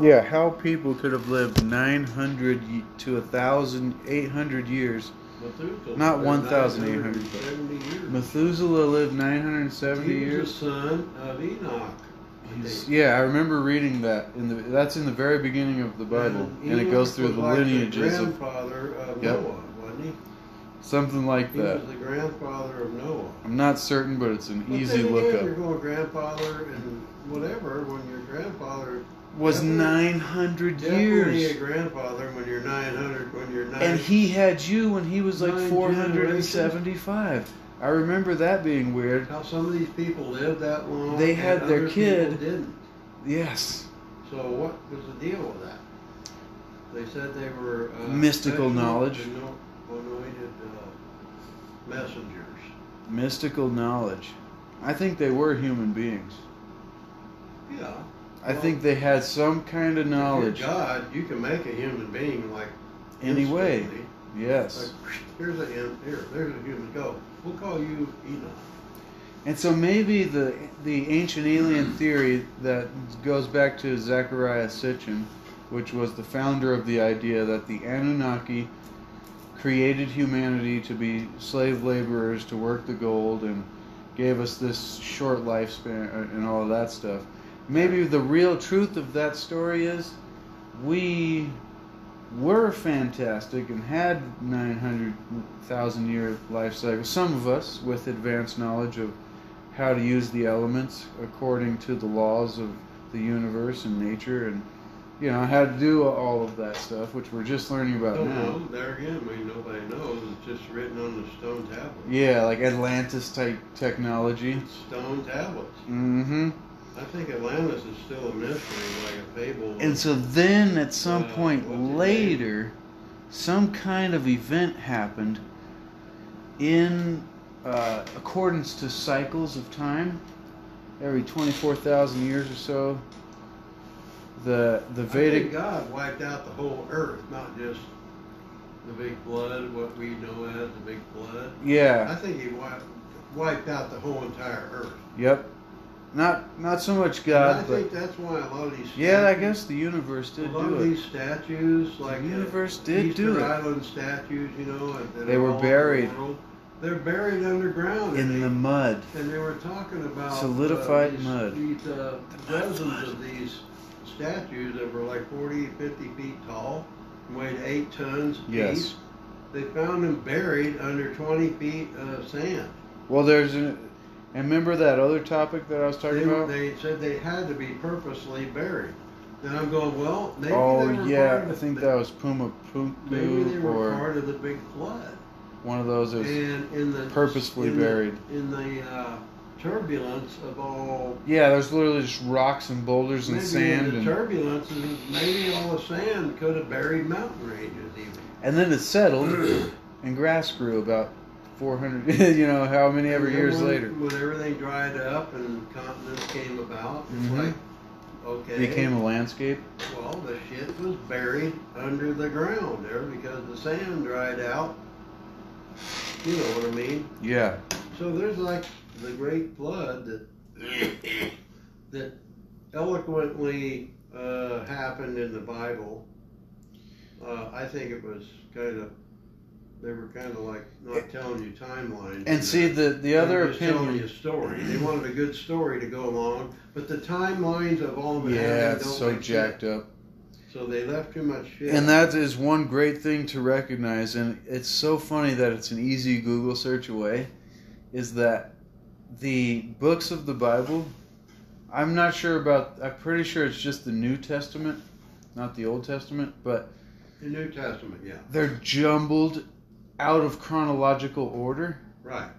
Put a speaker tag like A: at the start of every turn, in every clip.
A: Yeah, how people could have lived 900 y- to 1,800 years.
B: Methuselah.
A: Not
B: lived
A: 1,800, but-
B: 970 years.
A: Methuselah lived 970
B: He was the
A: years.
B: son of Enoch.
A: He's- yeah, I remember reading that in the that's in the very beginning of the Bible, and it
B: Enoch
A: goes through
B: was
A: the
B: like
A: lineages of
B: grandfather of
A: Yep.
B: Noah, wasn't he?
A: something like
B: He
A: that.
B: was the grandfather of Noah.
A: I'm not certain, but it's an
B: But
A: easy
B: then again,
A: look
B: You're
A: up.
B: going grandfather and whatever when your grandfather
A: Was
B: Definitely-
A: 900
B: definitely a
A: years,
B: grandfather when you're 900 when you're 9
A: and he had you when he was like
B: Nine
A: 475. I remember that being weird.
B: how some of these people lived that long.
A: They had
B: and
A: their
B: other people
A: kid.
B: Didn't.
A: Yes,
B: So what was the deal with that? They said they were uh,
A: Mystical
B: Menoitic-
A: knowledge.
B: Meno- Menoited uh, messengers.
A: mystical knowledge. I think they were human beings.
B: Yeah.
A: I
B: Well,
A: think they had some kind of
B: if
A: knowledge.
B: you're God, you can make a human being like
A: Anyway,
B: instantly. Like,
A: yes.
B: here's a him- here, there's a human. Go. We'll call you Enoch.
A: And so maybe the the ancient alien theory that goes back to Zachariah Sitchin, which was the founder of the idea that the Anunnaki created humanity to be slave laborers to work the gold and gave us this short lifespan uh, and all of that stuff. Maybe the real truth of that story is we were fantastic and had 900,000 year life cycle. Some of us with advanced knowledge of how to use the elements according to the laws of the universe and nature and you know how to do all of that stuff which we're just learning about
B: Don't
A: now.
B: know. There again, I mean, nobody knows. It's just written on the stone tablet.
A: Yeah, like Atlantis type technology.
B: Stone tablets.
A: Mm-hmm.
B: I think Atlantis is still a mystery, like a fable.
A: And so then at some
B: Uh,
A: point
B: what's his
A: later, some kind of event happened in uh, accordance to cycles of time. Every 24,000 years or so, the the
B: I think
A: Vedic.
B: God wiped out the whole earth, not just the big flood, what we know as the big flood. I
A: Yeah,
B: think he wiped, wiped out the whole entire earth.
A: yep. Not not so much
B: and I
A: God,
B: think
A: but
B: that's why a lot of these
A: yeah, I
B: statues-
A: guess the universe
B: a
A: did
B: lot of
A: do it.
B: these statues, like the
A: universe did
B: Easter
A: do it.
B: Island statues, you know, and- that
A: They
B: are
A: were
B: all over the
A: buried.
B: world, They're buried underground,
A: In
B: and,
A: the mud.
B: they, and they were talking about uh,
A: Solidified
B: these,
A: mud.
B: These, uh,
A: The mud
B: dozens
A: flood.
B: of these statues that were like 40, 50 feet tall, weighed eight tons
A: Yes.
B: apiece. They found them buried under 20 feet of sand.
A: Well, there's an. And remember that other topic that I was talking
B: They,
A: about?
B: they said they had to be purposely buried. And I'm going, well, maybe they
A: oh
B: were part
A: yeah,
B: of
A: I
B: the-
A: think that was Puma
B: Maybe they
A: Punku
B: were
A: or
B: part of the big flood.
A: one of those. that was-
B: And in the
A: purposefully
B: in the-
A: buried.
B: in the uh, turbulence of all
A: yeah, there's literally just rocks and boulders and
B: maybe
A: sand,
B: in the
A: and,
B: turbulence and maybe all the sand could have buried mountain ranges even.
A: and then it settled, and grass grew about 400. you know how many ever
B: And then
A: years
B: when,
A: later
B: when everything dried up and continents came about, it's
A: Mhm.
B: like okay,
A: it became a landscape.
B: well the shit was buried under the ground there because the sand dried out. You know what I mean?
A: Yeah,
B: So there's like the Great Flood that that eloquently uh, happened in the Bible. Uh, I think it was kind of they were kind of like not telling you timelines.
A: and see the the
B: They were
A: other
B: just telling you
A: opinion.
B: a story. They wanted a good story to go along, but the timelines of all the
A: Yeah,
B: happening
A: it's
B: don't
A: so
B: make
A: jacked up.
B: sense. So they left too much shit.
A: And that is one great thing to recognize, and it's so funny that it's an easy Google search away, is that the books of the Bible, I'm not sure about, I'm pretty sure it's just the New Testament, not the Old Testament, but
B: the New Testament, yeah,
A: they're jumbled out of chronological order.
B: right.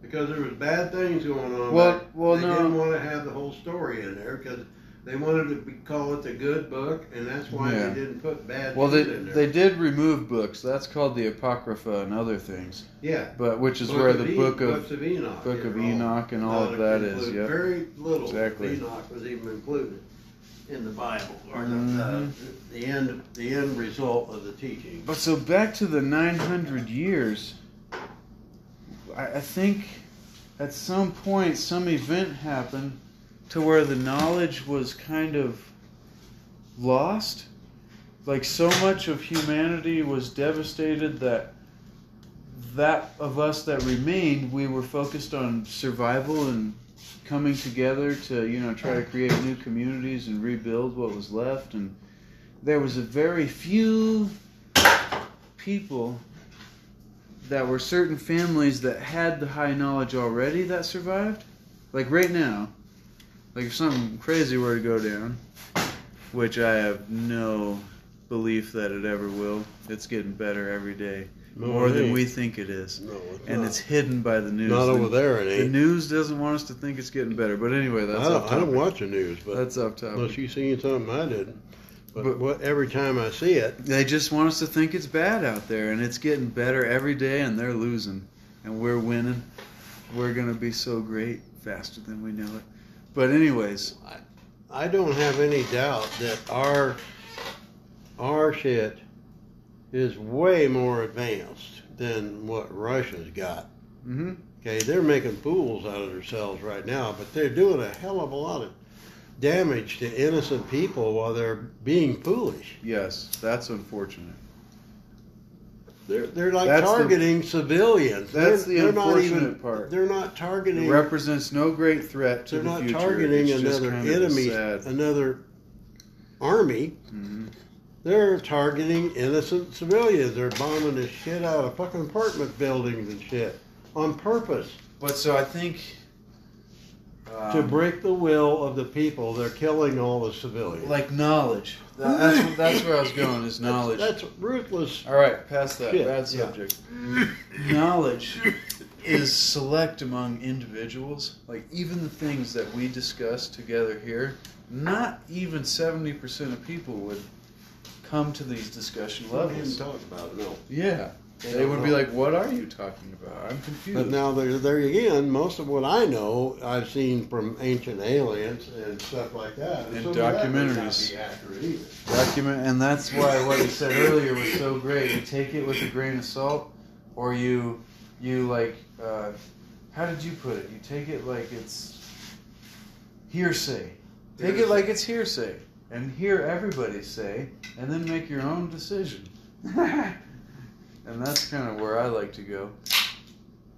B: Because there was bad things going on. back
A: Well, well,
B: they didn't
A: no.
B: want to have the whole story in there because they wanted to be, call it the good book, and that's why
A: Yeah.
B: they didn't put bad
A: Well, they,
B: things in there.
A: they did remove books. That's called the Apocrypha and other things,
B: yeah,
A: but which is where the
B: E-
A: book of
B: books of Enoch,
A: Book of
B: they're all
A: Enoch and all
B: not
A: of that is.
B: included.
A: Yep.
B: Very little
A: Exactly.
B: of Enoch was even included in the Bible or the,
A: Mhm.
B: the, the end the end result of the teaching.
A: But so back to the 900 years, I, I think at some point some event happened to where the knowledge was kind of lost. Like so much of humanity was devastated that that of us that remained, we were focused on survival and coming together to you know try to create new communities and rebuild what was left. And there was a very few people that were certain families that had the high knowledge already that survived. Like right now, like if something crazy were to go down, which I have no belief that it ever will. It's getting better every day,
C: No,
A: more
C: it
A: than
C: ain't.
A: we think it is,
C: No, it's
A: and
C: not.
A: it's hidden by the news.
C: not
A: the,
C: over there. It
A: The
C: ain't.
A: news doesn't want us to think it's getting better. But anyway, that's
C: I,
A: up
C: don't,
A: top.
C: I don't watch the news, but
A: that's up top.
C: unless you seen something I didn't. But,
A: But-
C: what, every time I see it,
A: They just want us to think it's bad out there, and it's getting better every day, and they're losing, and we're winning. We're gonna be so great faster than we know it. But anyways,
C: I don't have any doubt that our our shit is way more advanced than what Russia's got.
A: hmm
C: Okay, they're making fools out of themselves right now, but they're doing a hell of a lot of damage to innocent people while they're being foolish.
A: yes, that's unfortunate.
C: They're they're like
A: That's the-
C: targeting civilians.
A: that's
C: they're,
A: the
C: they're not
A: unfortunate
C: even,
A: part.
C: They're not targeting.
A: It represents no great threat to
C: they're
A: the
C: not
A: future.
C: targeting
A: It's just
C: another
A: kind of
C: enemy,
A: sad.
C: another army.
A: Mhm.
C: They're targeting innocent civilians. They're bombing the shit out of fucking apartment buildings and shit on purpose
A: But so I think
C: to
A: um,
C: break the will of the people. They're killing all the civilians.
A: like knowledge. That- That's that's where I was going is
C: That's-
A: knowledge.
C: That's, ruthless.
A: All right, past that.
C: Shit,
A: Bad
C: yeah.
A: subject. Knowledge is select among individuals. Like even the things that we discuss together here, not even seventy percent of people would come to these discussion
C: We didn't
A: levels.
C: talk about it. No.
A: Yeah,
C: They
A: they
C: don't
A: would be
C: know.
A: like, "What are you talking about? I'm
C: But
A: confused."
C: now there, there again, most of what I know, I've seen from ancient aliens and stuff like that.
A: And
C: Some of that may not
A: documentaries.
C: be accurate either.
A: Document, and that's why what he said earlier was so great. You take it with a grain of salt, or you, you like, uh, how did you put it? You take it like it's hearsay. Take it like it's hearsay, and hear everybody say, and then make your own decision. and that's kind of where I like to go.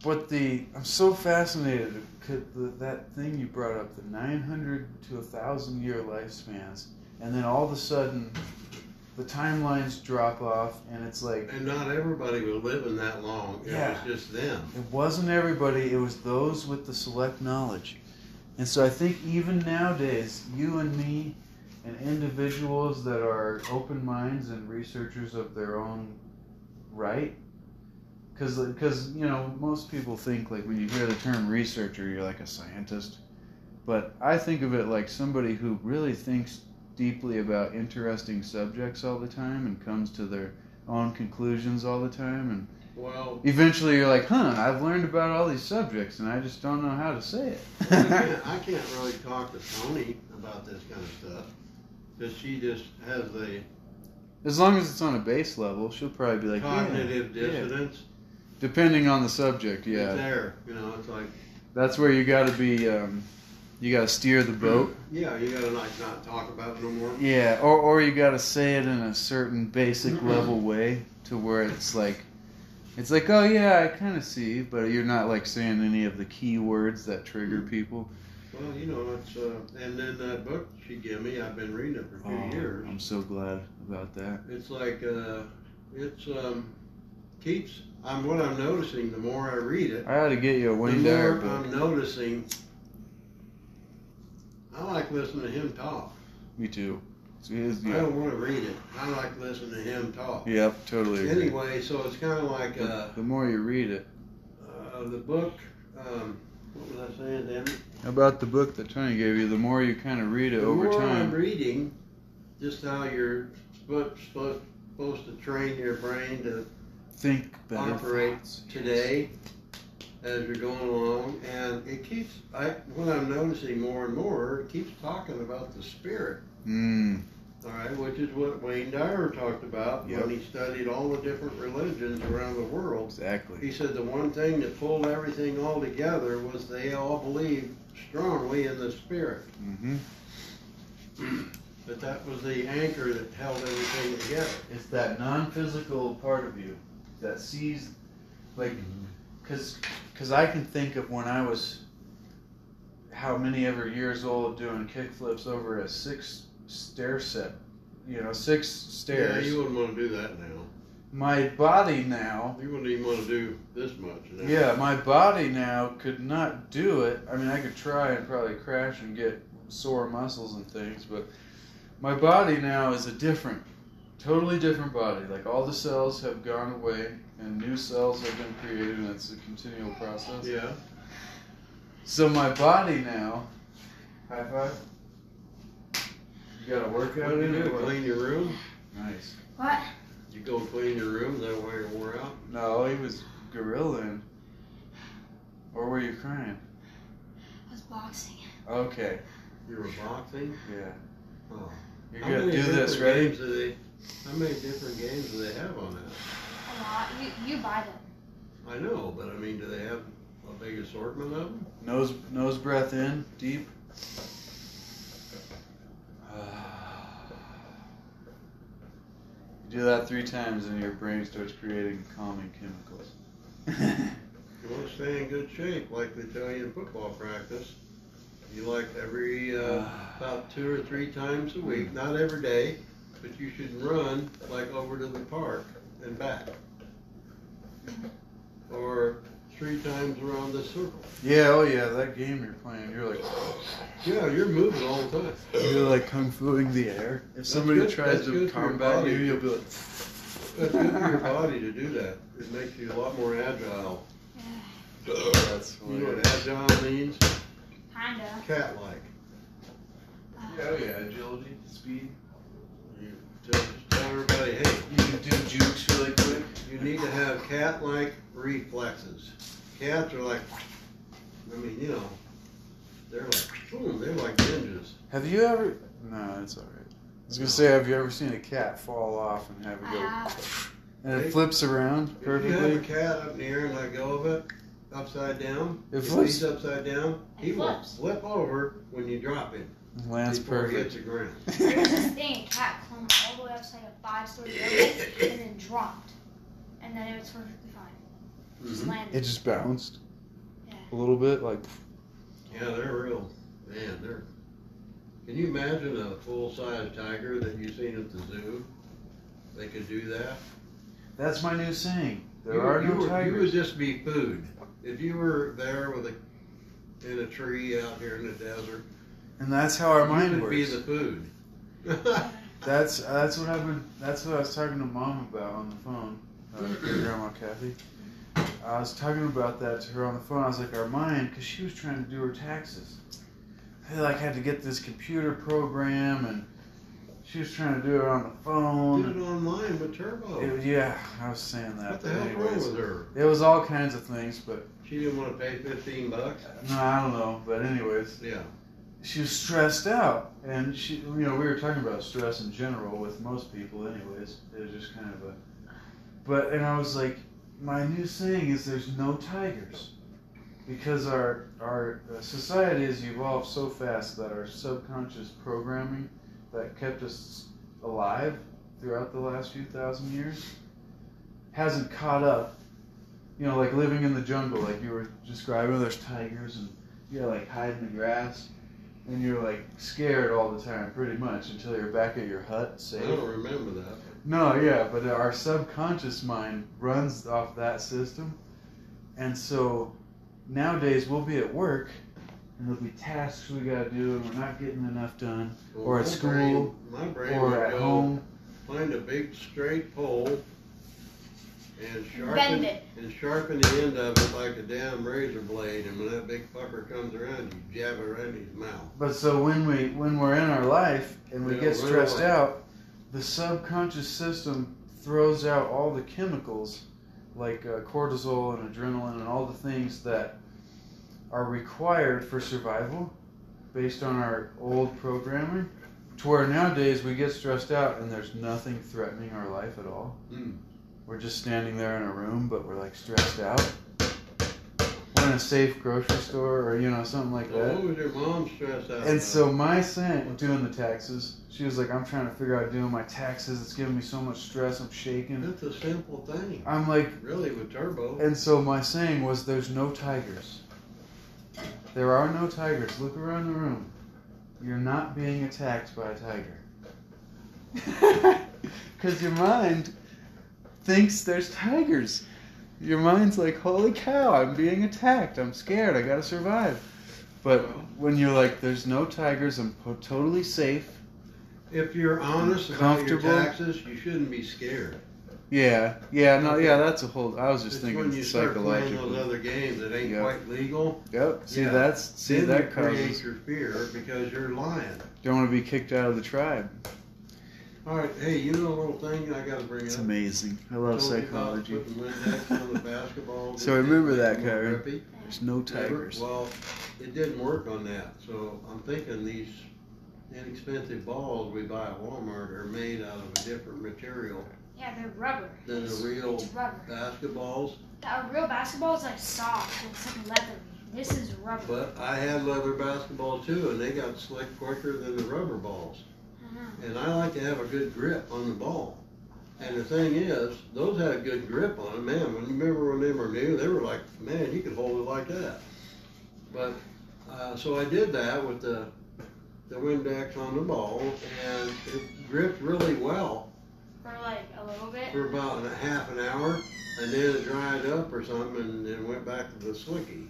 A: But the I'm so fascinated with the, that thing you brought up, the 900 to 1,000 year lifespans, and then all of a sudden, the timelines drop off, and it's like
B: And not everybody was living that long. It
A: Yeah.
B: was just them.
A: It wasn't everybody, it was those with the select knowledge. And so I think even nowadays, you and me and individuals that are open minds and researchers of their own right, because, you know, most people think, like, when you hear the term researcher, you're like a scientist. But I think of it like somebody who really thinks deeply about interesting subjects all the time and comes to their own conclusions all the time and
B: Well,
A: eventually you're like, huh, I've learned about all these subjects and I just don't know how to say
B: I
A: it.
B: can't, I can't really talk to Tony about this kind of stuff because she just has the
A: as long as it's on a base level, she'll probably be like, yeah.
B: cognitive dissonance
A: depending on the subject, yeah.
B: there. You know, it's like,
A: That's where you gotta be, um, you gotta steer the boat.
B: yeah, you gotta like not talk about it no more.
A: Yeah, or, or you gotta say it in a certain basic level way to where it's like, it's like, oh yeah, I kind of see, but you're not like saying any of the key words that trigger
B: Mm.
A: people.
B: Well, you know, it's uh, and then that book she gave me, I've been reading it for two
A: Oh,
B: years.
A: I'm so glad about that.
B: It's like uh, it's um, keeps. I'm what I'm noticing. The more I read it,
A: I ought to get you a
B: the
A: Wayne Dyer
B: more
A: book.
B: I'm noticing. I like listening to him talk.
A: Me too. So he is-
B: I
A: yeah.
B: don't want to read it. I like listening to him talk.
A: Yep, totally. Agree.
B: Anyway, so it's kind of like uh,
A: the more you read it.
B: uh, the book. Um, what was I saying, Dan?
A: How about the book that Tony gave you? The more you kind of read it
B: The
A: over
B: more I'm
A: time.
B: reading, just how you're supposed, supposed supposed to train your brain to
A: Think better.
B: operate
A: thoughts.
B: today as you're going along, and it keeps. I what I'm noticing more and more it keeps talking about the spirit.
A: Mm,
B: All right, which is what Wayne Dyer talked about
A: Yep.
B: when he studied all the different religions around the world.
A: exactly.
B: He said the one thing that pulled everything all together was
A: Mm-hmm.
B: they all believed strongly in the spirit.
A: hmm
B: But that was the anchor that held everything together.
A: It's that non-physical part of you that sees, like, cause, cause I can think of when I was, how many ever years old doing kickflips over a six stair set, you know, six
B: Yeah,
A: stairs.
B: you wouldn't want to do that now.
A: my body now,
B: You wouldn't even want to do this much now.
A: yeah, my body now could not do it. I mean, I could try and probably crash and get sore muscles and things, but my body now is a different, totally different body. Like all the cells have gone away and new cells have been created, and it's a continual process.
B: Yeah.
A: So my body now, high five. You got a
B: Why
A: workout
B: do
A: in
B: you
A: it.
B: do? Clean your room?
A: Nice.
D: What?
B: You go clean your room, that way you're wore out.
A: No, he was gorillaing. Or were you crying?
D: I was boxing.
A: Okay.
B: You were boxing.
A: Yeah.
B: Oh.
A: You're
B: How
A: gonna
B: many
A: do this,
B: different
A: ready?
B: games do they- how many different games do they have on that?
D: A lot. You you buy them.
B: I know, but I mean, do they have a big assortment of them?
A: Nose nose breath in, deep. Ah. You do that three times and your brain starts creating calming chemicals.
B: You want to stay in good shape, like they tell you in football practice. You like every uh, about two or three times a week, not every day, but you should run like over to the park and back, or three times around the circle.
A: yeah, oh yeah, that game you're playing, you're like
B: Yeah, you're moving all the time.
A: you're like kung fuing the air. If somebody
B: good-
A: tries
B: that's
A: to
B: good for your
A: combat
B: body.
A: you, you'll be like,
B: It's good for your body to do that. It makes you a lot more agile.
A: that's
B: You know
A: hilarious.
B: what agile means?
D: Kinda.
B: Cat-like.
A: Yeah, oh yeah, agility, speed.
B: You tell, tell everybody, hey,
A: You can do jukes really quick.
B: You need to have cat-like reflexes. Cats are like, I mean, you know, they're like, boom, they're like ninjas.
A: Have you ever? No, it's alright. I was gonna say, have you ever seen a cat fall off and have it
D: I
A: go?
D: have.
A: And it flips around
B: If you have a
A: perfectly.
B: cat up in the air and let go of it, upside down,
A: It
B: if
A: flips.
B: he's upside down, he
D: It
B: will
D: flips.
B: flip over when you drop him
A: Lands
B: before he hits
A: perfect.
B: the ground.
D: There was this thing. A cat climbed all the way upside a five-story building and then dropped, and then it was perfectly fine.
B: Mm-hmm.
D: Just landed.
A: It just bounced
D: Yeah.
A: a little bit, like
B: Yeah, they're real, man. They're. Can you imagine a full-size tiger that you've seen at the zoo? They could do that.
A: that's my new saying. There
B: you,
A: are
B: you
A: no
B: were- You would
A: tigers.
B: just be food. If you were there with a in a tree out here in the desert,
A: and that's how our
B: you
A: mind
B: would be
A: works.
B: the food.
A: That's uh, that's what I've been. That's what I was talking to mom about on the phone. Uh, Grandma Kathy. I was talking about that to her on the phone. I was like, our mind, because she was trying to do her taxes. I like had to get this computer program, and she was trying to do it on the
B: Did it
A: phone.
B: online with Turbo.
A: It- yeah, I was saying that.
B: what the
A: but
B: hell's wrong
A: anyways.
B: with her?
A: It was all kinds of things, but
B: She didn't want to pay fifteen bucks.
A: no, I don't know. But anyways,
B: Yeah.
A: she was stressed out, and she, you know, we were talking about stress in general with most people, anyways. It was just kind of a, but and I was like, my new saying is there's no tigers, because our our uh, society has evolved so fast that our subconscious programming that kept us alive throughout the last few thousand years hasn't caught up. You know, like living in the jungle, like you were describing, there's tigers and you're like hiding in the grass and you're like scared all the time, pretty much, until you're back at your hut
B: I
A: safe.
B: don't remember that.
A: No, yeah, but our subconscious mind runs off that system. And so nowadays we'll be at work and there'll be tasks we gotta do and we're not getting enough done
B: Well,
A: Or at
B: my
A: school,
B: brain- my brain would
A: or at
B: go
A: home.
B: find a big straight pole and sharpen
D: Bend it.
B: and sharpen the end of it like a damn razor blade and when that big fucker comes around you jab it right in his mouth.
A: But so when we when we're in our life and we
B: Yeah,
A: get
B: we're
A: stressed
B: like-
A: out, the subconscious system throws out all the chemicals like uh, cortisol and adrenaline and all the things that are required for survival based on our old programming to where nowadays we get stressed out and there's nothing threatening our life at all
B: Hmm.
A: we're just standing there in a room but we're like stressed out we're in a safe grocery store or you know something like
B: So
A: that.
B: what was your mom stressed out?
A: And
B: about?
A: so my son doing the taxes, she was like, "I'm trying to figure out doing my taxes. It's giving me so much stress. I'm shaking."
B: That's a simple thing,
A: I'm like,
B: really, with Turbo.
A: and so my saying was, "There's no tigers. There are no tigers. Look around the room. You're not being attacked by a tiger." Because your mind thinks there's tigers. Your mind's like, "Holy cow! I'm being attacked. I'm scared. I gotta survive." But when you're like, "There's no tigers. I'm po- totally safe."
B: If you're honest about your
A: Comfortable?
B: taxes, you shouldn't be scared.
A: Yeah, yeah, no, yeah. That's a whole. I was just
B: It's
A: thinking
B: when you start playing those
A: psychologically.
B: other games that ain't
A: Yeah.
B: quite legal.
A: Yep. See,
B: Yeah.
A: that's see
B: then
A: that
B: you create
A: causes.
B: your fear because you're lying.
A: Don't want to be kicked out of the tribe.
B: All right, hey, you know a little thing I got to bring
A: It's
B: up.
A: amazing. I
B: I
A: love
B: told you about
A: psychology.
B: putting Windex on the basketball.
A: So remember that,
B: Didn't
A: Kyrie.
B: work, Rippy.
A: There's no tigers.
B: Well, it didn't work on that, so I'm thinking these inexpensive balls we buy at Walmart are made out of a different material
D: Yeah, they're rubber.
B: than the
D: It's-
B: real
D: It's rubber.
B: basketballs.
D: That real basketball is like soft. It's like leathery. This is rubber.
B: But I had leather basketball too, and they got slick quicker than the rubber balls.
D: Mhm.
B: And I like to have a good grip on the ball. And the thing is, those had a good grip on them. Man, when you remember when they were new, they were like, man, you could hold it like that. But uh, so I did that with the the Windex on the ball, and it gripped really well
D: For like a little bit.
B: for about a half an hour, and then it dried up or something, and then went back to the slicky.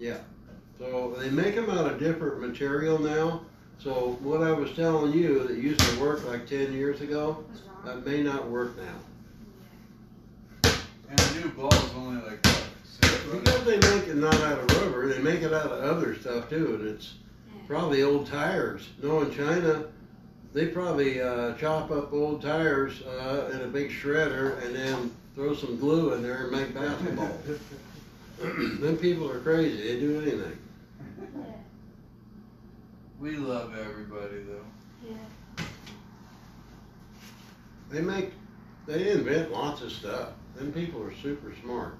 D: Yeah.
B: Hmm. So they make them out of different material now. So what I was telling you that used to work like ten years ago,
D: It was wrong.
B: That may not work now.
A: And the new ball is only like. what, six bucks?
B: Because they make it not out of rubber, they make it out of other stuff too, and it's probably old tires. No, in China, they probably uh, chop up old tires uh, in a big shredder and then throw some glue in there and make basketball. Them people are crazy, they do anything.
A: We love everybody though.
D: Yeah.
B: They make, they invent lots of stuff. Them people are super smart.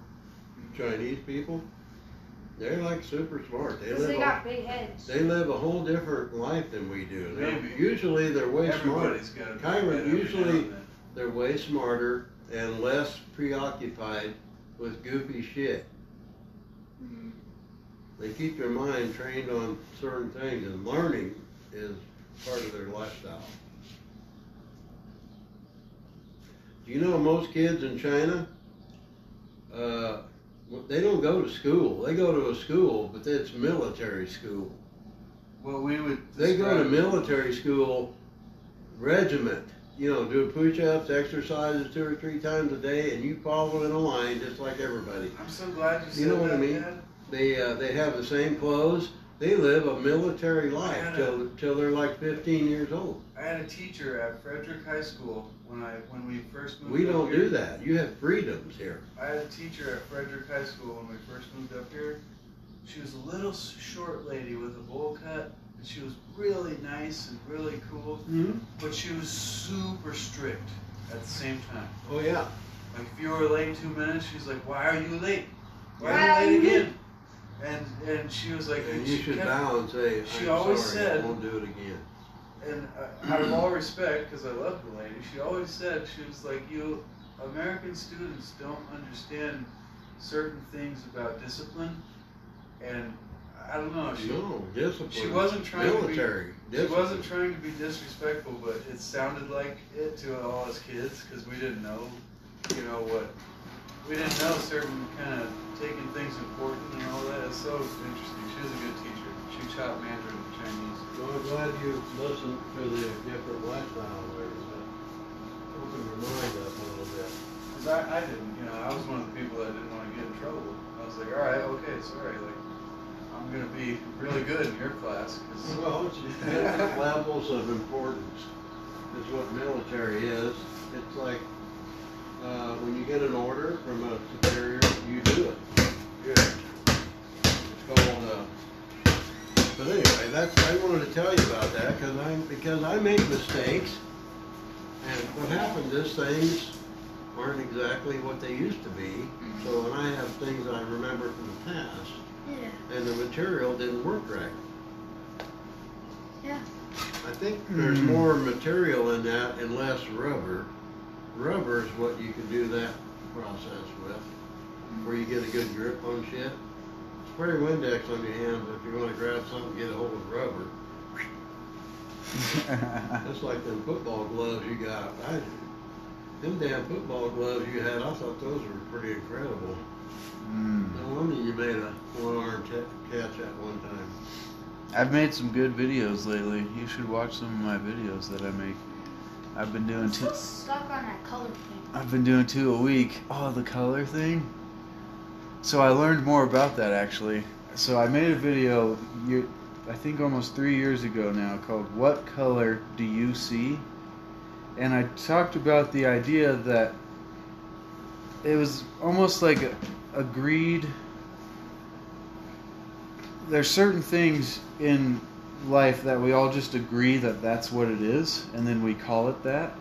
B: Chinese people, they're like super smart. They
D: Because
B: live
D: they
B: off-
D: got big heads.
B: They live a whole different life than we do. They're-
A: Maybe.
B: Usually they're way smarter.
A: Everybody's got.
B: Kyron, usually- They're way smarter and less preoccupied with goofy shit.
D: Mhm.
B: They keep their mind trained on certain things, and learning is part of their lifestyle. Do you know most kids in China? Uh, they don't go to school. They go to a school, but it's military school.
A: Well, we would.
B: They go to
A: describe-
B: military school regiment, you know, do push-ups, exercises two or three times a day, and you follow in a line just like everybody.
A: I'm so glad you said
B: You know what I
A: that,
B: mean?
A: Dad.
B: They uh, they have the same clothes. They live a military life till till they're like 15 years old.
A: I had a teacher at Frederick High School when I when we first moved.
B: We
A: up
B: don't
A: here.
B: do that. You have freedoms here.
A: I had a teacher at Frederick High School when we first moved up here. She was a little s- short lady with a bowl cut, and she was really nice and really cool,
B: Mm-hmm.
A: but she was super strict at the same time.
B: Oh yeah.
A: Like if you were late two minutes, she's like, "Why are you late? Why
D: Why
A: are
D: are
A: you late
D: you
A: again?" And and she was like,
B: And
A: and
B: you
A: she
B: should
A: kept-
B: bow and say,
A: she
B: "I'm
A: always
B: sorry,
A: said-
B: I won't do it again."
A: and uh, out of all respect, because I love the lady, she always said she was like, "You American students don't understand certain things about discipline," and I don't know. She,
B: No discipline.
A: she wasn't trying to be-
B: military.
A: she
B: discipline.
A: wasn't trying to be disrespectful, but it sounded like it to all us kids because we didn't know, you know what, we didn't know certain kind of taking things important and all that. It's so interesting. She was a good teacher. She taught Mandarin and Chinese.
B: Well, I'm glad you listened to the different lifestyle there. so Open your mind up a little bit.
A: Cause I, I didn't, you know, I was one of the people that didn't want to get in trouble. I was like, all right, okay, sorry, like, I'm gonna be really good in your class, cause
B: Well, it's different levels of importance is what military is. It's like, uh, when you get an order from a superior, you do it. It's called, uh, but anyway, that's, I wanted to tell you about that, cause I, because I make mistakes. And what happens is things aren't exactly what they used to be. So when I have things I remember from the past,
D: Yeah.
B: and the material didn't work right.
D: Yeah.
B: I think there's
A: Mm.
B: more material in that and less rubber. Rubber is what you can do that process with, where you get a good grip on shit. Spray Windex on your hand, but if you want to grab something, get a hold of rubber. That's like them football gloves you got. I, them damn football gloves you had, I thought those were pretty incredible.
A: Mm.
B: No wonder you made a one-arm ta- catch at one time.
A: I've made some good videos lately. You should watch some of my videos that I make. I've been doing
D: I'm
A: two.
D: still stuck on that color thing.
A: I've been doing two a week. Oh, the color thing. So I learned more about that actually. So I made a video, you, I think almost three years ago now, called "What Color Do You See?" And I talked about the idea that it was almost like a- agreed. There's certain things in life that we all just agree that that's what it is, and then we call it that.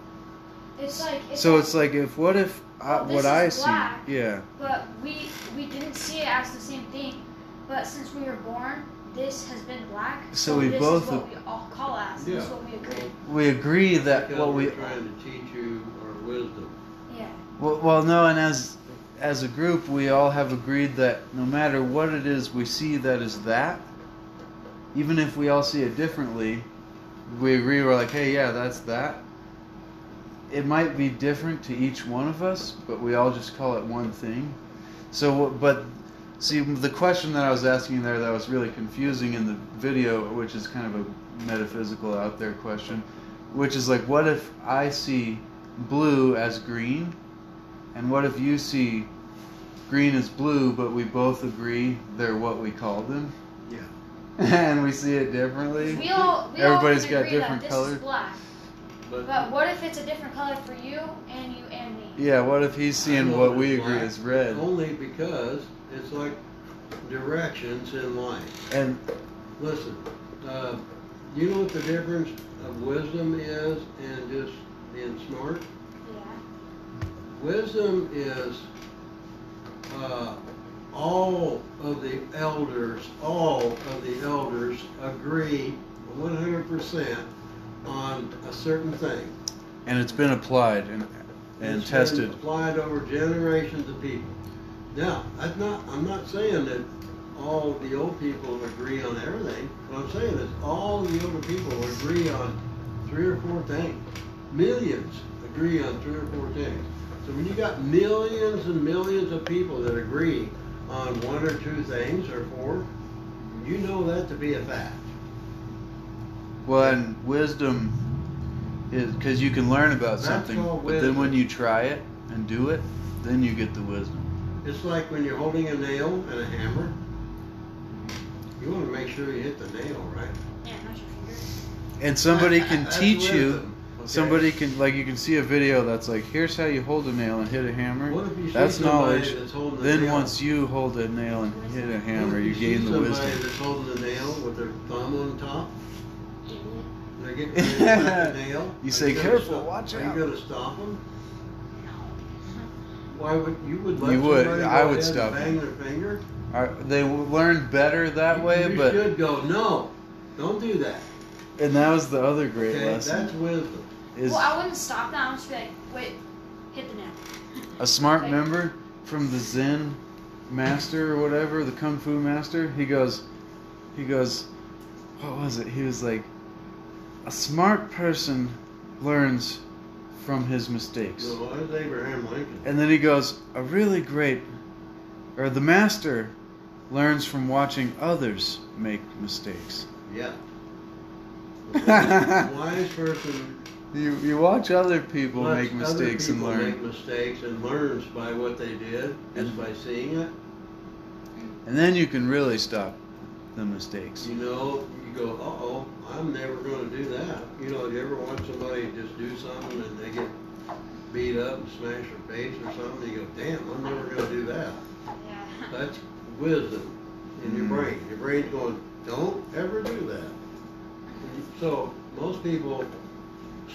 D: It's like it's
A: So
D: like,
A: it's like if what if I,
D: Well, this
A: what I
D: is black.
A: see? Yeah.
D: but we we didn't see it as the same thing, but since we were born, this has been black.
A: So we
D: this
A: both-
D: is what we all call as. This is
B: Yeah.
D: what we agree.
A: We agree that
B: Because
A: what we
B: we're trying to teach you our wisdom.
D: Yeah.
A: well, well no and as as a group we all have agreed that no matter what it is we see that is that even if we all see it differently we agree we're like hey yeah that's that it might be different to each one of us but we all just call it one thing so but see the question that i was asking there that was really confusing in the video which is kind of a metaphysical out there question which is like what if i see blue as green and what if you see green as blue but we both agree they're what we call them
B: Yeah.
A: and we see it differently
D: We all we
A: Everybody's
D: all
A: got
D: can agree
A: different
D: that this
A: color.
D: is black. But what if it's a different color for you and you and me?
A: yeah what if he's
B: I
A: seeing
B: know
A: what
B: it's
A: we agree
B: black.
A: is red
B: Only because it's like directions in life.
A: and
B: Listen, uh, you know what the difference of wisdom is and just being smart?
D: Yeah.
B: Wisdom is uh, all of the elders, all of the elders agree 100% on a certain thing.
A: and it's been applied and and
B: It's been
A: tested
B: Applied over generations of people. Now, I'm not, I'm not saying that all the old people agree on everything. What I'm saying is all the older people agree on three or four things. Millions agree on three or four things. So when you got millions and millions of people that agree on one or two things or four, you know that to be a fact.
A: well and wisdom is because you can learn about
B: That's
A: something
B: all
A: but then when
B: wisdom.
A: you try it and do it then you get the wisdom
B: It's like when you're holding a nail and a hammer. You want to make sure you hit the nail, right?
D: Yeah, not your finger.
A: and somebody can
B: That's
A: teach you
B: wisdom, okay?
A: Somebody can like you can see a video that's like here's how you hold a nail and hit a hammer.
B: What if you see
A: That's
B: somebody
A: knowledge.
B: that's holding a
A: Then
B: nail?
A: once you hold a nail and hit a hammer, you gain the
B: somebody
A: wisdom.
B: that's holding the nail with their thumb on top.
D: Idiot.
B: and They're getting ready to whack the nail.
A: You
B: are
A: say,
B: gonna
A: "Careful,
B: stop-
A: watch
B: are
A: out."
B: you going to stop them?
D: No.
B: Why would you would let
A: You would.
B: somebody go
A: I would
B: ahead and
A: stop 'em.
B: bang their finger?
A: Are- They learn better that
B: You-
A: way,
B: you
A: but
B: should go. No, don't do that.
A: and that was the other great
B: Okay,
A: lesson
B: that's wisdom.
A: is
D: well, I wouldn't stop that. I'll just be like, wait, hit the nail.
A: a smart
D: like-
A: member from the Zen master or whatever, the kung fu master. He goes, he goes, what was it? He was like, a smart person learns from his mistakes.
B: No, I was Abraham Lincoln.
A: And then he goes, a really great, or the master learns from watching others make mistakes.
B: Yeah. The wise person
A: You, you watch other people
B: lets
A: make mistakes
B: other
A: and
B: people
A: learn.
B: Make mistakes and learns by what they did, just by seeing it.
A: And then you can really stop the mistakes.
B: You know, you go, uh oh, I'm never going to do that. You know, you ever watch somebody just do something and they get beat up and smash their face or something? You go, damn, I'm never going to do that.
D: Yeah.
B: That's wisdom in your
A: Mm.
B: brain. Your brain's going, don't ever do that. So most people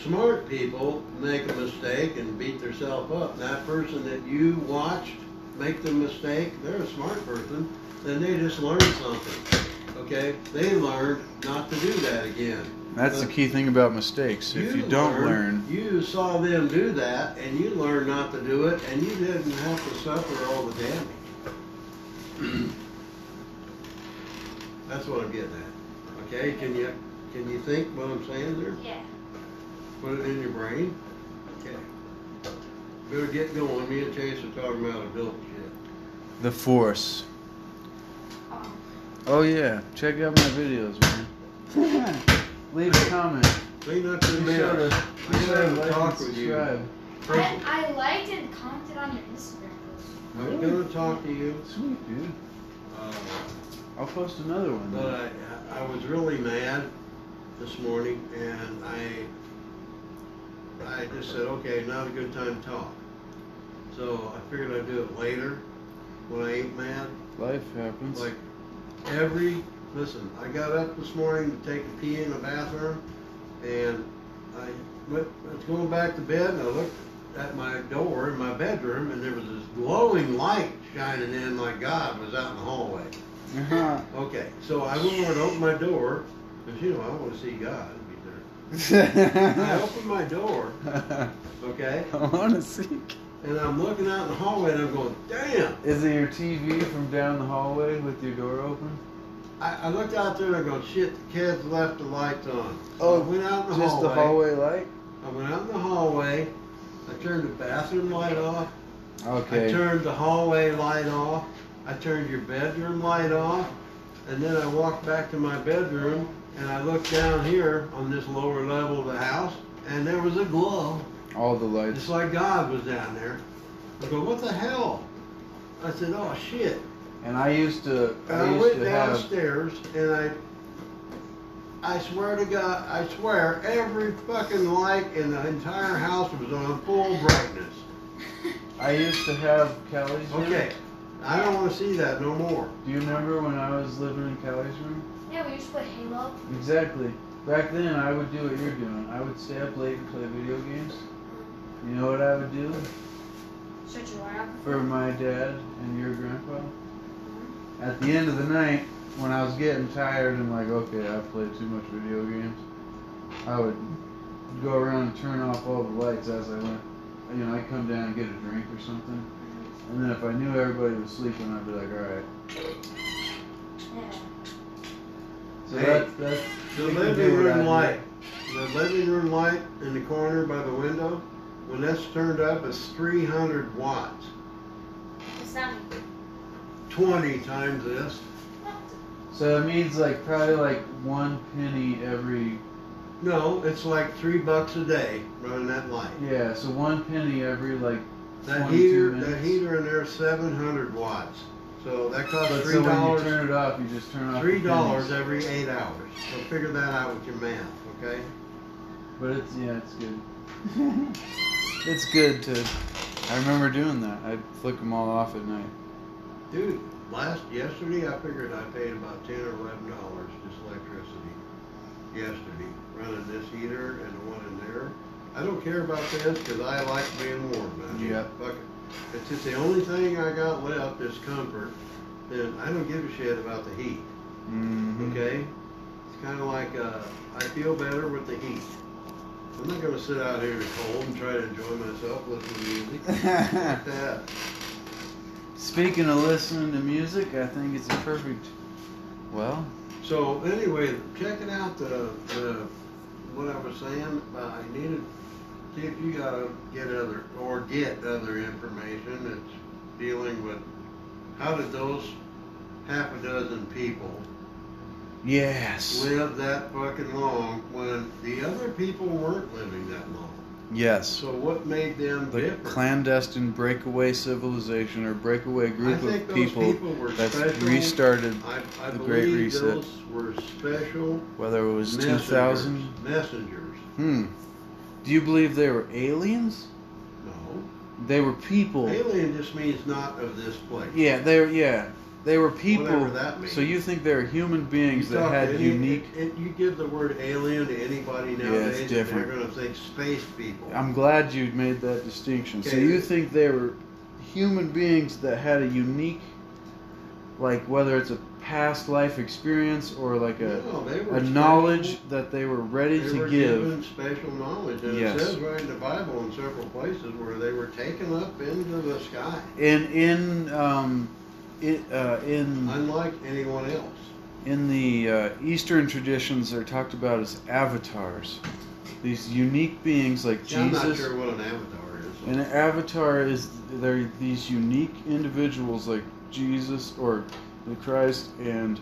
B: smart people make a mistake and beat themselves up. That person that you watched make the mistake, they're a smart person, then they just learned something. Okay? They learned not to do that again.
A: That's the key thing about mistakes. If you don't learn,
B: you saw them do that and you learned not to do it and you didn't have to suffer all the damage. That's what I'm getting at. Okay, can you can you think what I'm saying there?
D: Yeah.
B: Put it in your brain. Okay. Better get going. Me and Chase are talking about adult shit.
A: the force.
D: Um,
A: Oh yeah, check out my videos, man. Leave a comment.
B: Clean up your
A: Be sure
B: mess.
A: to-
B: I
A: be sure to
B: gotta
A: like
B: talk
A: and
B: with you.
A: subscribe.
D: I, I liked and commented on your Instagram post.
B: I was gonna talk to you,
A: Sweet dude.
B: uh,
A: I'll post another one.
B: but I, I was really mad this morning and I, I just said, okay, not a good time to talk. So I figured I'd do it later when I ain't mad.
A: Life happens.
B: Like every listen, I got up this morning to take a pee in the bathroom, and I went, I was going back to bed, and I looked at my door in my bedroom, and there was this glowing light shining in. My God, it was out in the hallway.
A: Uh-huh.
B: Okay, so I went over and opened my door, because you know I want to see God. and be there. I opened my door, okay,
A: I wanna see.
B: and I'm looking out in the hallway, and I'm going, damn.
A: Is it your TV from down the hallway with your door open?
B: I, I looked out there and I go, shit, the kids left the lights on. So I Oh, went out in the
A: Oh, just the hallway light.
B: I went out in the hallway. I turned the bathroom light off. I
A: Okay.
B: turned the hallway light off. I turned your bedroom light off. And then I walked back to my bedroom and I looked down here on this lower level of the house and there was a glow.
A: All the lights.
B: It's like God was down there. I go, what the hell? I said, oh shit.
A: And I used to.
B: And
A: I
B: I
A: used
B: went
A: to have.
B: downstairs and I, I swear to God, I swear every fucking light in the entire house was on full brightness.
A: I used to have Callie's room.
B: Okay, I don't want to see that no more.
A: Do you remember when I was living in Callie's room?
D: Yeah, we used to play Halo.
A: Exactly. Back then, I would do what you're doing. I would stay up late and play video games. You know what I would do
D: Shut your light off.
A: for my dad and your grandpa? At the end of the night, when I was getting tired and like, okay, I played too much video games, I would go around and turn off all the lights as I went. You know, I'd come down and get a drink or something. And then if I knew everybody was sleeping, I'd be like, all right.
D: Yeah.
A: So
B: Hey,
A: that, that's
B: The
A: we can
B: living
A: do what I
B: room
A: do.
B: light, the living room light in the corner by the window, when that's turned up, it's 300 watts.
D: It's not me.
B: 20 times this.
A: So it means like probably like one penny every
B: No, it's like three bucks a day running that light.
A: yeah. So one penny every like
B: That
A: 22
B: heater,
A: minutes.
B: that heater in there, is 700 watts. So that costs
A: But
B: three
A: so when you
B: dollars.
A: turn it off, you just turn off. the
B: Three dollars
A: pennies.
B: every eight hours. So figure that out with your math, okay?
A: But it's yeah, it's good. it's good to. I remember doing that. I'd flick them all off at night.
B: Dude, last, yesterday I figured I paid about ten or eleven dollars just electricity. Yesterday, running this heater and the one in there. I don't care about this because I like being warm. I mean,
A: Yeah.
B: Fuck it. It's just the only thing I got left is comfort. Then I don't give a shit about the heat,
A: Mm-hmm.
B: okay? It's kind of like, uh, I feel better with the heat. I'm not gonna sit out here in the cold and try to enjoy myself listening to music. Fuck that.
A: Speaking of listening to music, I think it's a perfect. Well,
B: So anyway, checking out the, the what I was saying, uh, I needed see if you gotta get other or get other information that's dealing with how did those half a dozen people
A: yes,
B: live that fucking long when the other people weren't living that long?
A: yes.
B: So what made them
A: The
B: different?
A: clandestine breakaway civilization or breakaway
B: I
A: group
B: think
A: of
B: those
A: people,
B: people, were
A: that's
B: special.
A: restarted,
B: I, I
A: the
B: believe
A: Great Reset.
B: those were special
A: whether it was
B: messengers.
A: 2000.
B: messengers.
A: Hmm. Do you believe they were aliens?
B: No.
A: They were people.
B: Alien just means not of this place.
A: Yeah, they were, yeah. They were people.
B: Whatever that means.
A: So you think they're human beings
B: You
A: that
B: talk
A: had
B: any-
A: unique.
B: And you give the word alien to anybody
A: it's
B: nowadays, and they're
A: different.
B: gonna think space people.
A: I'm glad you made that distinction. So
B: Okay.
A: you think they were human beings that had a unique, like whether it's a past life experience or like a,
B: No, they were
A: a
B: special.
A: knowledge that they were
B: They
A: ready
B: were
A: to give.
B: given special knowledge, and
A: Yes.
B: it says right in the Bible in several places where they were taken up into the sky,
A: In in um, it, uh, in
B: unlike anyone else.
A: in the uh, Eastern traditions, they're talked about as avatars. These unique beings like
B: Yeah, I'm not
A: Jesus.
B: sure what an avatar is.
A: An avatar is they're these unique individuals like Jesus or the Christ and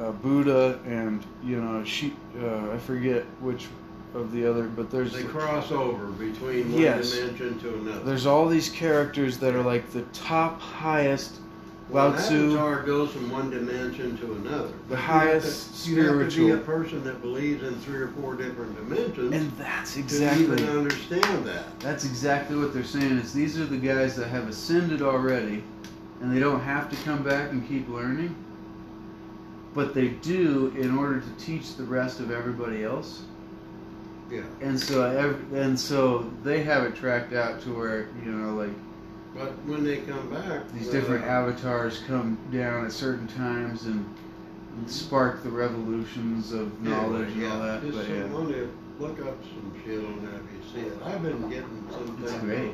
A: uh, Buddha and you know she uh, I forget which of the other but there's
B: They cross over between one
A: Yes.
B: dimension to another.
A: there's all these characters that are like the top highest Lao
B: Well, an
A: Tzu
B: avatar goes from one dimension to another.
A: The
B: But you
A: highest
B: have to, you
A: spiritual-
B: have to be a person that believes in three or four different dimensions
A: and that's
B: to
A: exactly
B: even understand that.
A: That's exactly what they're saying. Is these are the guys that have ascended already, and they don't have to come back and keep learning, but they do in order to teach the rest of everybody else.
B: Yeah.
A: And so, ev- and so they have it tracked out to where you know, like
B: But when they come back,
A: these
B: uh,
A: different avatars come down at certain times and, and spark the revolutions of
B: anyway,
A: knowledge and
B: yeah,
A: all that.
B: Just
A: But
B: some-
A: yeah,
B: wanna look up some shit on that if you see it. I've been getting some
A: It's
B: things
A: great.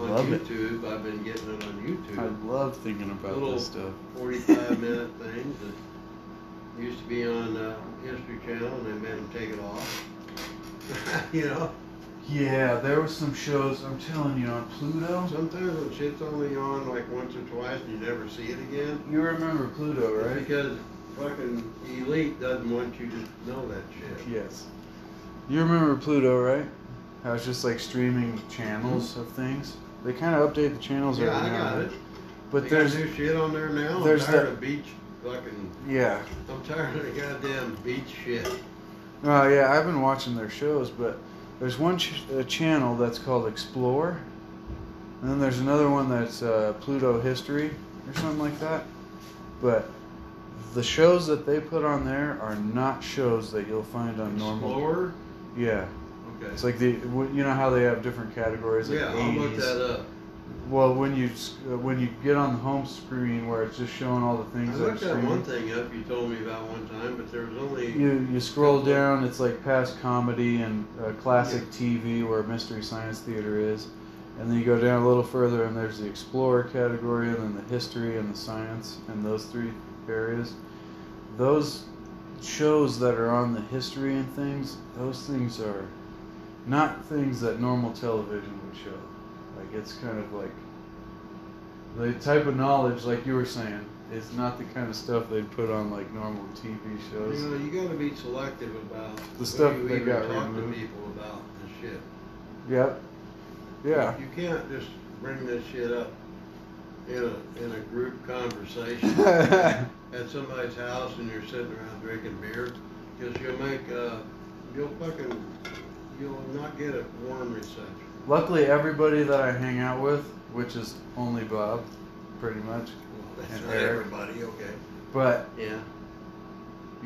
B: on
A: Love it.
B: YouTube. I've been getting it on YouTube.
A: I love thinking about
B: Little-
A: this stuff.
B: 45 minute things that used to be on uh, History Channel and they made them take it off. you know,
A: Yeah, there were some shows. I'm telling you on Pluto.
B: sometimes when shit's only on like once or twice and you never see it again,
A: You remember Pluto,
B: it's
A: right?
B: because fucking elite doesn't want you to know that shit.
A: Yes. You remember Pluto, right? How it's just like streaming channels of things. They kind of update the channels
B: Hmm. Yeah,
A: every
B: I
A: now
B: got
A: and
B: it.
A: then. But
B: They got
A: there's
B: new shit on there now.
A: there's
B: I'm tired
A: that-
B: of beach fucking.
A: yeah.
B: I'm tired of the goddamn beach shit.
A: Oh yeah, I've been watching their shows, but there's one ch- uh channel that's called Explore, and then there's another one that's uh, Pluto History or something like that. But the shows that they put on there are not shows that you'll find on normal.
B: Explorer.
A: Yeah,
B: Okay.
A: it's like the you know how they have different categories like
B: yeah, I'll look
A: 80s,
B: that up.
A: Well, when you s- uh, when you get on the home screen where it's just showing all the
B: I
A: things that are
B: looked that one
A: streaming,
B: thing up you told me about one time, but there was only
A: you you scroll down. It's like past comedy and uh, classic TV where Mystery Science Theater is, and then you go down a little further and there's the Explorer category and then the history and the science and those three areas. Those shows that are on the history and things, those things are not things that normal television would show. Like it's kind of like the type of knowledge, like you were saying, is not the kind of stuff they'd put on like normal TV
B: You
A: shows.
B: know, you gotta be selective about
A: The stuff
B: who you
A: that
B: even
A: got
B: talk
A: removed.
B: to people about this shit.
A: Yep. Yeah.
B: You can't just bring this shit up in a in a group conversation
A: yeah.
B: at somebody's house and you're sitting around drinking beer, because you'll make uh, you'll fucking you'll not get a warm reception.
A: Luckily, everybody that I hang out with, which is only Bob, pretty much.
B: Well, that's
A: And
B: not
A: Eric.
B: everybody, okay?
A: But
B: Yeah.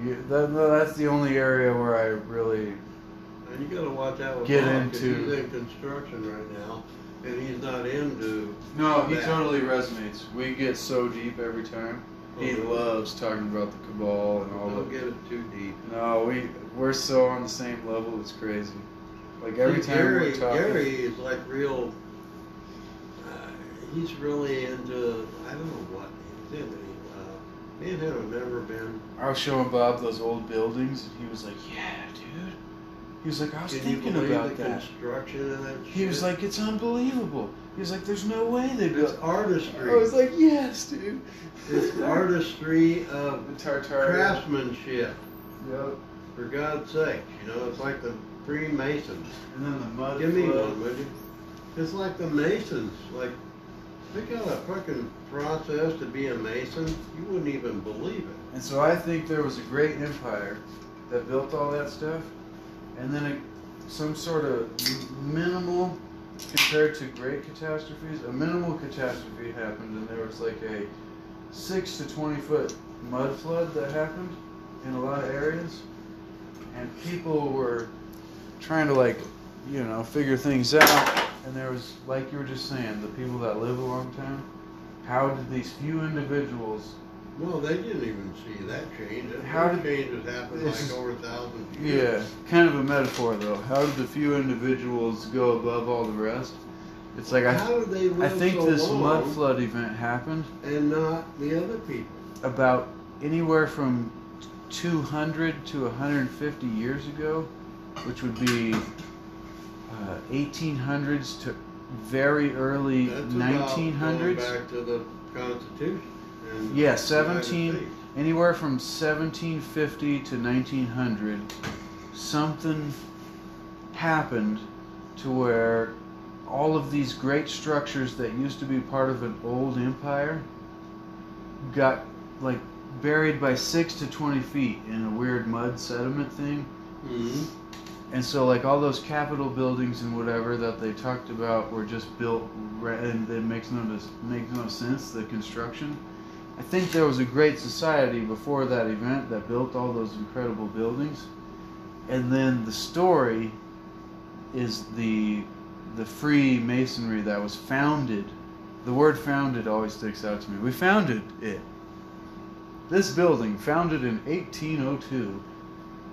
A: you, that, that's the only area where I really.
B: And you gotta watch out with
A: Get
B: Bob, 'cause
A: into-
B: he's in construction right now, and he's not into.
A: No, he
B: Yeah.
A: totally resonates. We get so deep every time. He loves talking about the cabal and all
B: Don't
A: that.
B: get it too deep.
A: No, we we're so on the same level. It's crazy. Like every
B: See,
A: time
B: Gary,
A: we're talking.
B: Gary is like real. Uh, he's really into I don't know what he's into. Uh, me and him have never been.
A: I was showing Bob those old buildings, and he was like, "Yeah, dude." He was like, "I was
B: Can you
A: thinking
B: believe
A: about
B: the
A: that."
B: construction and that.
A: He was
B: shit?
A: like, "It's unbelievable." He was like, "There's no way they
B: it's
A: built."
B: artistry.
A: I was like, "Yes, dude."
B: it's artistry of
A: The Tartarian.
B: craftsmanship.
A: Yep.
B: For God's sake, you know, it's like the Freemasons.
A: And then the mud.
B: Give me
A: flood.
B: one, would you? It's like the Masons. Like, they got a fucking process to be a Mason. You wouldn't even believe it.
A: And so I think there was a great empire that built all that stuff, and then a, some sort of m- minimal, compared to great catastrophes, a minimal catastrophe happened, and there was like a six to twenty foot mud flood that happened in a lot of areas, and people were trying to like, you know, figure things out. And there was, like you were just saying, the people that live along town. How did these few individuals?
B: Well, they didn't even see that change. That
A: How
B: first
A: did-
B: change has happened
A: This
B: like
A: is-
B: over a thousand years.
A: Yeah, kind of a metaphor though. How did the few individuals go above all the rest? It's like I,
B: How did they live
A: I think
B: so
A: this
B: long
A: mud flood event happened
B: and not the other people?
A: about anywhere from 200 to 150 years ago, which would be uh, 1800s to very early
B: That's about going
A: 1900s.
B: Back to the Constitution. and
A: Yeah,
B: the
A: 17
B: United States.
A: Anywhere from 1750 to 1900, something happened to where all of these great structures that used to be part of an old empire got like buried by 6 to 20 feet in a weird mud sediment thing. Mm-hmm.
B: Mhm.
A: And so, like all those capitol buildings and whatever that they talked about were just built, ra- and it makes no dis- makes no sense. The construction. I think there was a great society before that event that built all those incredible buildings, and then the story is the the Freemasonry that was founded. The word "founded" always sticks out to me. We founded it. This building, founded in 1802.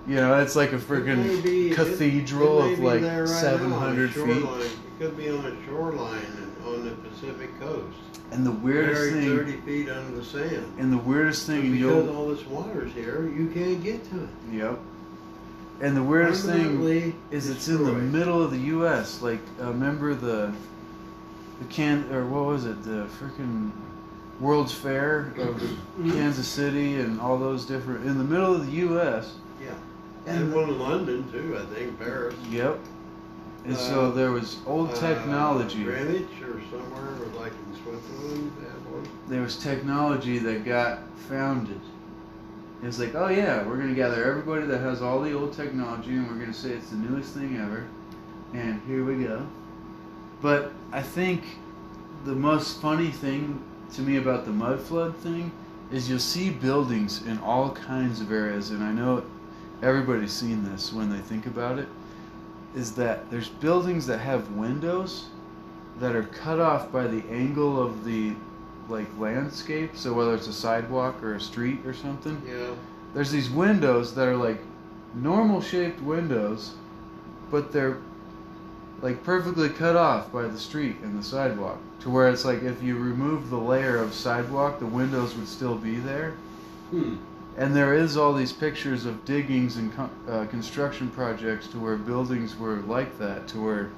A: You know, it's like a
B: It may
A: freaking
B: be- it-
A: cathedral
B: it may
A: of
B: be
A: like
B: there right now on the
A: 700 feet.
B: shoreline. It could be on a shoreline and on the Pacific coast.
A: And the weirdest
B: buried
A: thing,
B: 30 feet under the sand.
A: and the weirdest
B: But
A: thing
B: because
A: you'll,
B: all this water's here, you can't get to it.
A: yep. And the weirdest thing
B: Permanently
A: is it's in the
B: destroyed.
A: middle of the U.S. Like, uh, remember the the can or what was it? The freaking World's Fair of Kansas City and all those different in the middle of the U.S.
B: Yeah.
A: And
B: And one in London too, I think, Paris.
A: yep. And so
B: Uh,
A: there was old
B: Uh,
A: technology.
B: Greenwich or somewhere, or like in Switzerland, they have one.
A: there was technology that got founded. It was like, oh yeah, we're gonna gather everybody that has all the old technology and we're gonna say it's the newest thing ever. And here we go. But I think the most funny thing to me about the mud flood thing is you'll see buildings in all kinds of areas, and I know everybody's seen this when they think about it, is that there's buildings that have windows that are cut off by the angle of the like landscape, so whether it's a sidewalk or a street or something,
B: Yeah.
A: there's these windows that are like normal shaped windows, but they're like perfectly cut off by the street and the sidewalk. To where it's like if you remove the layer of sidewalk, the windows would still be there.
B: Hmm.
A: And there is all these pictures of diggings and con- uh, construction projects to where buildings were like that, to where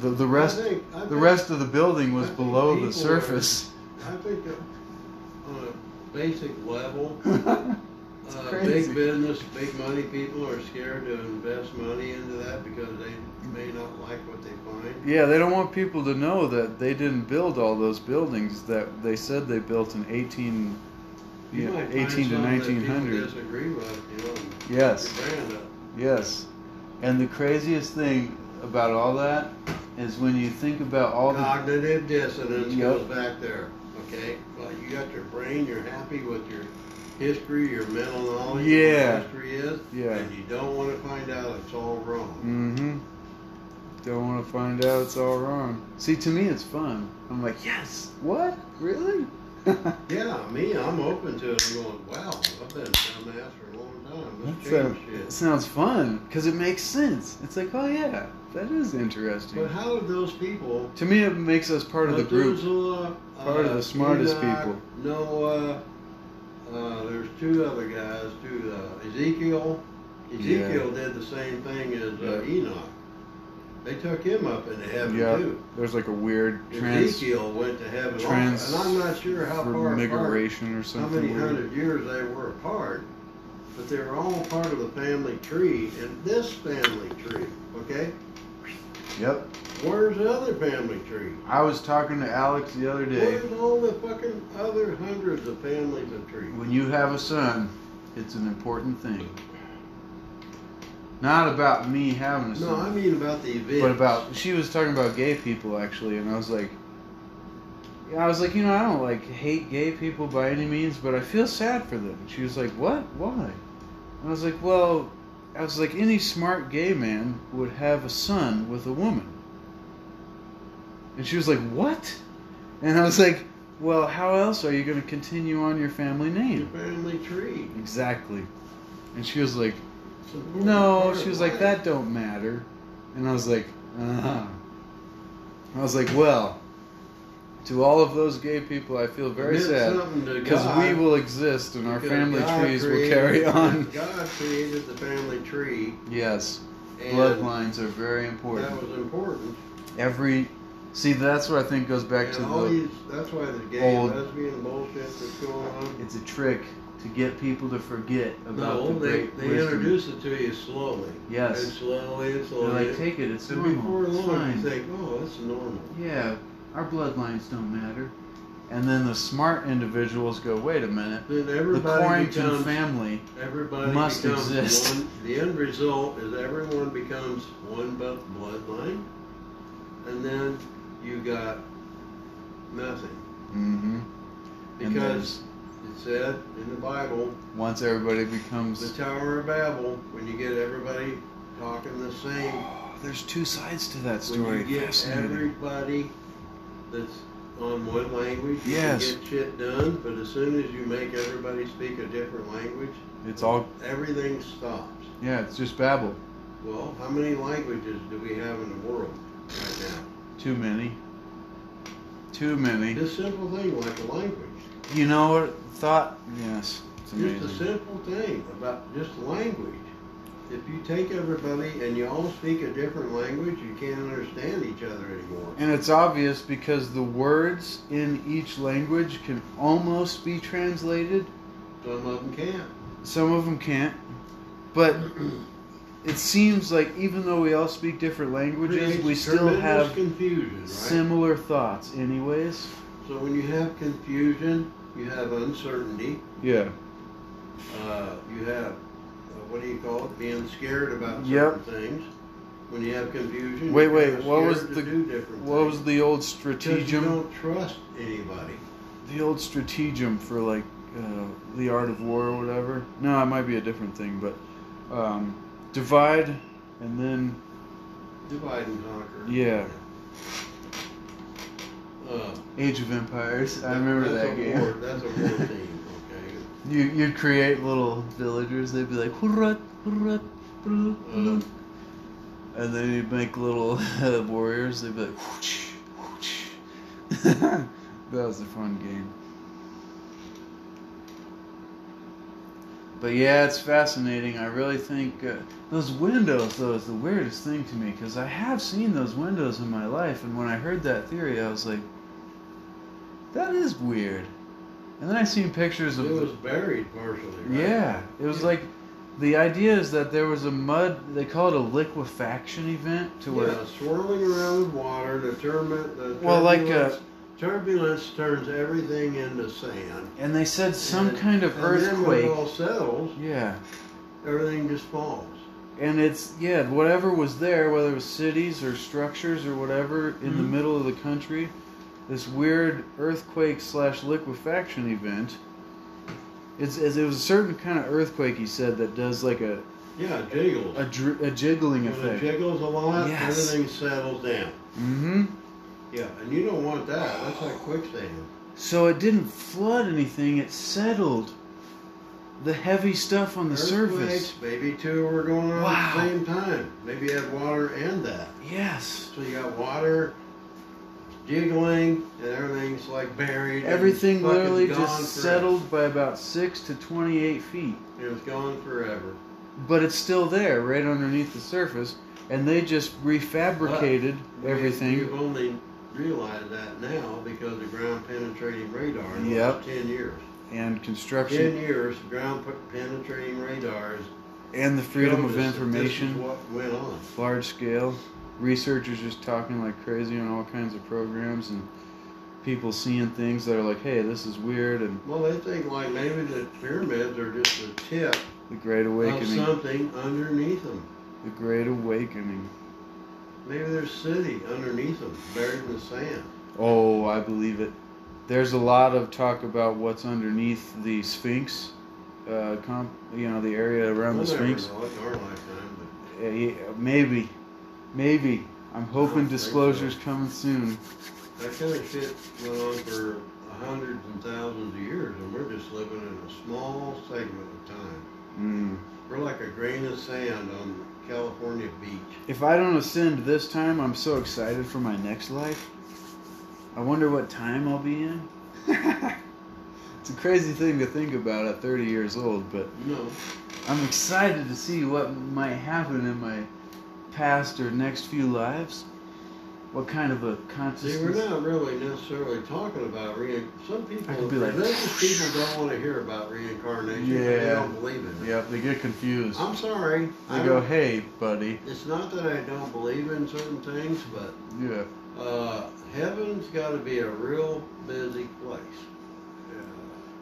A: the the rest
B: I think, I
A: the
B: think-
A: rest of the building
B: I
A: was
B: think
A: below
B: people are-
A: the surface.
B: I think uh, on a basic level, uh,
A: crazy.
B: big business, big money people are scared to invest money into that because they may not like what they find.
A: Yeah, they don't want people to know that they didn't build all those buildings that they said they built in 18,
B: You
A: yeah,
B: might find
A: 18 to
B: something that people
A: 1900.
B: Disagree with, you know, and
A: Yes.
B: your brand up.
A: Yes. And the craziest thing about all that is when you think about all the.
B: Cognitive dissonance
A: Yep.
B: goes back there, okay? Well, you got your brain, you're happy with your history, your mental knowledge of
A: Yeah.
B: what history is,
A: Yeah.
B: and you don't want to find out it's all wrong.
A: Mm hmm. Don't want to find out it's all wrong. See, to me, it's fun. I'm like, yes! What? Really? Mm.
B: Yeah, me, I'm open to it. I'm going, wow, I've been a dumbass for a long time. Let's
A: That's
B: change
A: it
B: shit.
A: sounds fun because it makes sense. It's like, oh yeah, that is interesting.
B: But how did those people,
A: to me, it makes us part of the group.
B: Methuselah,
A: Part of the smartest
B: Enoch, uh, Noah, uh, there's two other guys, two uh, Ezekiel. Ezekiel did the same thing as uh, Enoch. They took him up into heaven
A: Yeah.
B: too.
A: There's like a weird trans
B: Ezekiel went to heaven, also,
A: trans-
B: and I'm not sure how far apart
A: transfiguration or
B: how
A: something.
B: many
A: weird.
B: hundred years they were apart, but they were all part of the family tree, and this family tree, okay?
A: Yep.
B: Where's the other family tree?
A: I was talking to Alex the other day.
B: Where's all the fucking other hundreds of families of trees?
A: When you have a son, it's an important thing. Not about me having a
B: No, I
A: son,
B: mean about the event.
A: but about she was talking about gay people actually, and I was like, I was like, you know, I don't like hate gay people by any means, but I feel sad for them. And she was like, what? Why? And I was like, well, I was like, any smart gay man would have a son with a woman. And she was like, what? And I was like, well, how else are you going to continue on your family
B: Your
A: name?
B: family tree.
A: Exactly. And she was like,
B: It's an important
A: no,
B: part
A: she
B: of
A: was like,
B: life.
A: that don't matter. And I was like, uh-huh. I was like, well, to all of those gay people, I feel very
B: Meant
A: sad
B: something to
A: because we
B: God,
A: will exist and our
B: because
A: family
B: God
A: trees will
B: created-
A: carry on.
B: God created the family tree,
A: Yes,
B: and
A: bloodlines are very
B: that
A: important.
B: was important.
A: Every, see, that's what I think goes back
B: and
A: to
B: all
A: the.
B: these, that's why the gay
A: old-
B: lesbian bullshit that's going on.
A: It's a trick to get people to forget about
B: No,
A: the
B: they,
A: great
B: they
A: wisdom.
B: introduce it to you slowly.
A: Yes.
B: And slowly and
A: They're
B: slowly.
A: like, take it. It's
B: and
A: normal.
B: before
A: it's
B: long,
A: fine."
B: you think, oh, that's normal.
A: yeah, our bloodlines don't matter. And then the smart individuals go, wait a minute,
B: Then
A: the
B: everybody
A: Corrington
B: becomes,
A: family.
B: everybody
A: must
B: becomes
A: exist.
B: one. The end result is everyone becomes one bu- bloodline, and then you got nothing.
A: Mm-hmm.
B: Because it said in the Bible,
A: once everybody
B: the
A: becomes,
B: Tower of Babel, when you get everybody talking the same
A: oh, there's two sides to that
B: When
A: story.
B: you get
A: Fascinating.
B: everybody that's on one language, you
A: Yes.
B: can get shit done, but as soon as you make everybody speak a different language,
A: It's all
B: everything stops.
A: yeah. It's just Babel.
B: Well, how many languages do we have in the world right now?
A: Too many. Too many.
B: Just simple thing like a language.
A: You know what? Thought. Yes. It's
B: Just a
A: amazing.
B: simple thing about just language. If you take everybody and you all speak a different language, you can't understand each other anymore.
A: And it's obvious because the words in each language can almost be translated.
B: Some of them can't.
A: Some of them can't. But it seems like even though we all speak different languages, we
B: Creates
A: still
B: tremendous
A: have
B: confusion, right?
A: similar thoughts, anyways.
B: So when you have confusion, you have uncertainty,
A: Yeah.
B: uh, you have, uh, what do you call it, being scared about certain
A: Yep.
B: things. When you have confusion,
A: Wait,
B: you're
A: wait,
B: kinda
A: what was
B: scared
A: the-
B: to do different
A: What was
B: things
A: the old
B: because you
A: stratagem?
B: don't trust anybody.
A: The old stratagem for like uh, the art of war or whatever. No, it might be a different thing, but um, divide and then
B: Divide and conquer.
A: Yeah.
B: Uh,
A: Age of Empires. I remember
B: that's
A: that
B: a
A: game.
B: War, that's a war theme. Okay.
A: You you'd create little villagers. They'd be like hurrah, hurrah, hurrah, hurrah."
B: Uh,
A: and then you'd make little uh, warriors. They'd be like whoosh, whoosh. that was a fun game. But yeah, it's fascinating. I really think uh, those windows, though, is the weirdest thing to me because I have seen those windows in my life, and when I heard that theory, I was like, "That is weird." And then I seen pictures of
B: It
A: the-
B: was buried partially. Right?
A: yeah, it was
B: Yeah.
A: like the idea is that there was a mud. They call it a liquefaction event to where
B: Yeah, swirling around with water, the turbulence. The
A: Well, like, uh,
B: turbulence- turbulence turns everything into sand.
A: and they said some
B: And-
A: kind of
B: and Then when
A: earthquake.
B: it all settles,
A: Yeah,
B: everything just falls.
A: and it's yeah whatever was there, whether it was cities or structures or whatever in the
B: Mhm.
A: middle of the country, this weird earthquake slash liquefaction event. It's, it's, it was a certain kind of earthquake, he said, that does like a
B: Yeah, it jiggles.
A: a, dr- a jiggling
B: when it
A: effect.
B: jiggles a lot,
A: Yes.
B: everything settles down.
A: mm-hmm.
B: Yeah, and you don't want that. That's like quicksand.
A: So it didn't flood anything, it settled the heavy stuff on the surface.
B: Earthquakes, Maybe two were going on at the
A: Wow.
B: same time. Maybe you had water and that.
A: Yes.
B: So you got water jiggling, and everything's like buried. and
A: Everything
B: fucking
A: literally
B: gone
A: just
B: forever.
A: settled by about 6 to 28 feet.
B: It was gone forever.
A: But it's still there, right underneath the surface. And they just refabricated
B: We-
A: everything.
B: We've only realized that now because of ground penetrating radar in the
A: Yep.
B: last ten years.
A: And
B: Ten
A: construction
B: years, ground pe- penetrating radars.
A: and the freedom
B: showed us
A: of
B: that this is
A: information,
B: what went on?
A: large scale. Researchers just talking like crazy on all kinds of programs and people seeing things that are like, hey, this is weird and
B: Well, they think like maybe the pyramids are just the tip
A: the Great Awakening.
B: of something underneath them.
A: The Great Awakening.
B: Maybe there's a city underneath them, buried in the sand.
A: Oh, I believe it. there's a lot of talk about what's underneath the Sphinx, uh, comp, you know, the area around
B: We'll
A: the
B: never
A: Sphinx.
B: know it in our lifetime, but-
A: Uh, yeah, maybe, maybe. I'm
B: I don't
A: hoping
B: think
A: disclosure's
B: so.
A: coming soon.
B: That kind of shit went on for hundreds and thousands of years, and we're just living in a small segment of time.
A: Mm.
B: We're like a grain of sand on California beach.
A: If I don't ascend this time, I'm so excited for my next life. I wonder what time I'll be in. it's a crazy thing to think about at 30 years old, but
B: You know,
A: I'm excited to see what might happen in my past or next few lives. What kind of a
B: see, we're
A: consciousness?
B: not really necessarily talking about rein. Some people,
A: I could be like-
B: religious people, don't want to hear about reincarnation. They
A: Yeah.
B: don't believe in it.
A: Yep, they get confused.
B: I'm sorry.
A: They
B: I
A: go,
B: don't-
A: "Hey, buddy."
B: It's not that I don't believe in certain things, but
A: Yeah.
B: uh, heaven's got to be a real busy place.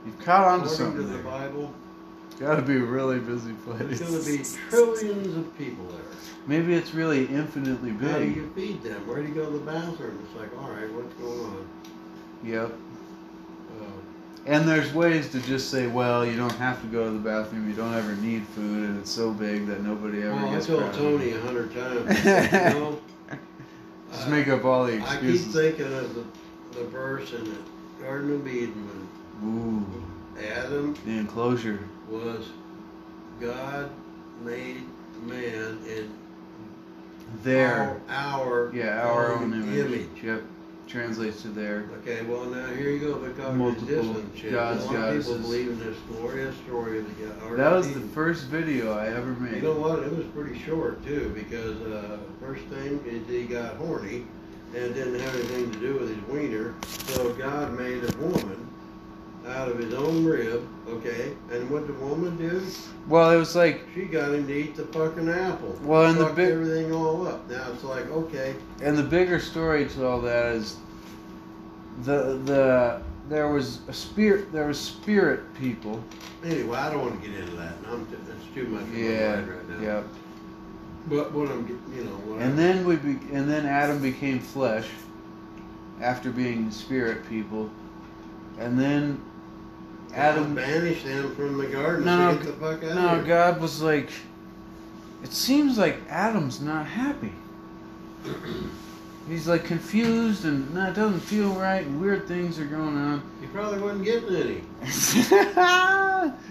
A: You've caught on to
B: According to
A: something.
B: the
A: there.
B: Bible,
A: Gotta be a really busy
B: There's
A: place.
B: going to be trillions of people there.
A: Maybe it's really infinitely
B: How do
A: big.
B: you feed them? Where do you go to the bathroom? It's like, all right, what's going on?
A: Yep.
B: Uh,
A: And there's ways to just say, well, you don't have to go to the bathroom. You don't ever need food, and it's so big that nobody ever
B: well, I
A: gets
B: told
A: crowded.
B: Tony a hundred times. You know,
A: Just
B: uh,
A: make up all the
B: I keep
A: excuses.
B: thinking of the, the verse in the Garden of Eden
A: Ooh,
B: when Adam
A: the enclosure.
B: was God made man in Oh.
A: There.
B: our, our
A: yeah, our own image.
B: image.
A: Yep. Translates to there.
B: Okay, well now here you go because
A: Multiple
B: shit. A lot
A: gods,
B: of people
A: goddesses.
B: believe in this glorious story of the god.
A: That was the first video I ever
B: You
A: made.
B: know what? It was pretty short too because uh, first thing is he got horny and didn't have anything to do with his wiener, so God made a woman out of his own rib. Okay, and what did the woman do?
A: Well, it was like
B: She got him to eat the fucking apple.
A: Well, and the
B: Fucked
A: big-
B: everything all up. Now it's like okay,
A: And the bigger story to all that is the the there was a spirit there was spirit people.
B: anyway, I don't want to get into that. I'm too, that's too much. in my
A: Yeah.
B: mind right now.
A: Yep.
B: But what I'm, get- you know, what
A: And
B: I'm-
A: then we be, and then Adam became flesh after being spirit people. And then Adam
B: banished them from the garden.
A: No,
B: No, get the fuck out
A: No,
B: of here.
A: God was like it seems like Adam's not happy. He's like confused and not doesn't feel right and weird things are going on.
B: He probably wasn't getting any.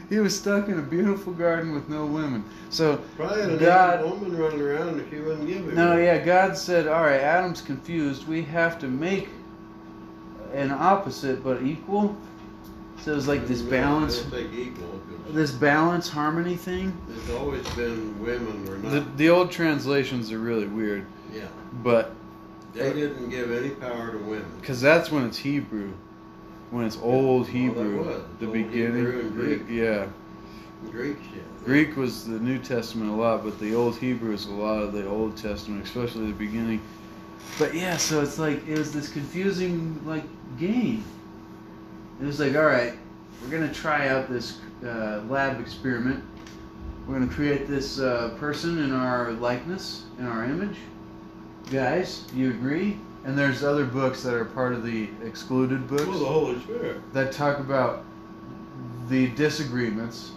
A: he was stuck in a beautiful garden with no women. So
B: Probably had a
A: God-
B: naked woman running around if she wouldn't give him.
A: no,
B: any.
A: yeah, God said, "All right, Adam's confused. We have to make an opposite but equal." So it was like this
B: No,
A: balance,
B: I don't think equal. 'cause
A: this balance harmony thing.
B: It's always been women were not.
A: The the old translations are really weird,
B: yeah,
A: but
B: they didn't give any power to women.
A: because that's when it's Hebrew, when it's old
B: Well, that
A: Hebrew,
B: was.
A: the
B: Old
A: beginning,
B: Hebrew and Greek.
A: yeah.
B: Greek shit.
A: Greek was the New Testament a lot, but the Old Hebrew is a lot of the Old Testament, especially the beginning. But yeah, so it's like it was this confusing like game. It was like, all right, we're gonna try out this uh, lab experiment. We're gonna create this uh, person in our likeness, in our image. Guys, you agree? And there's other books that are part of the excluded books
B: Well, the Holy Spirit.
A: that talk about the disagreements.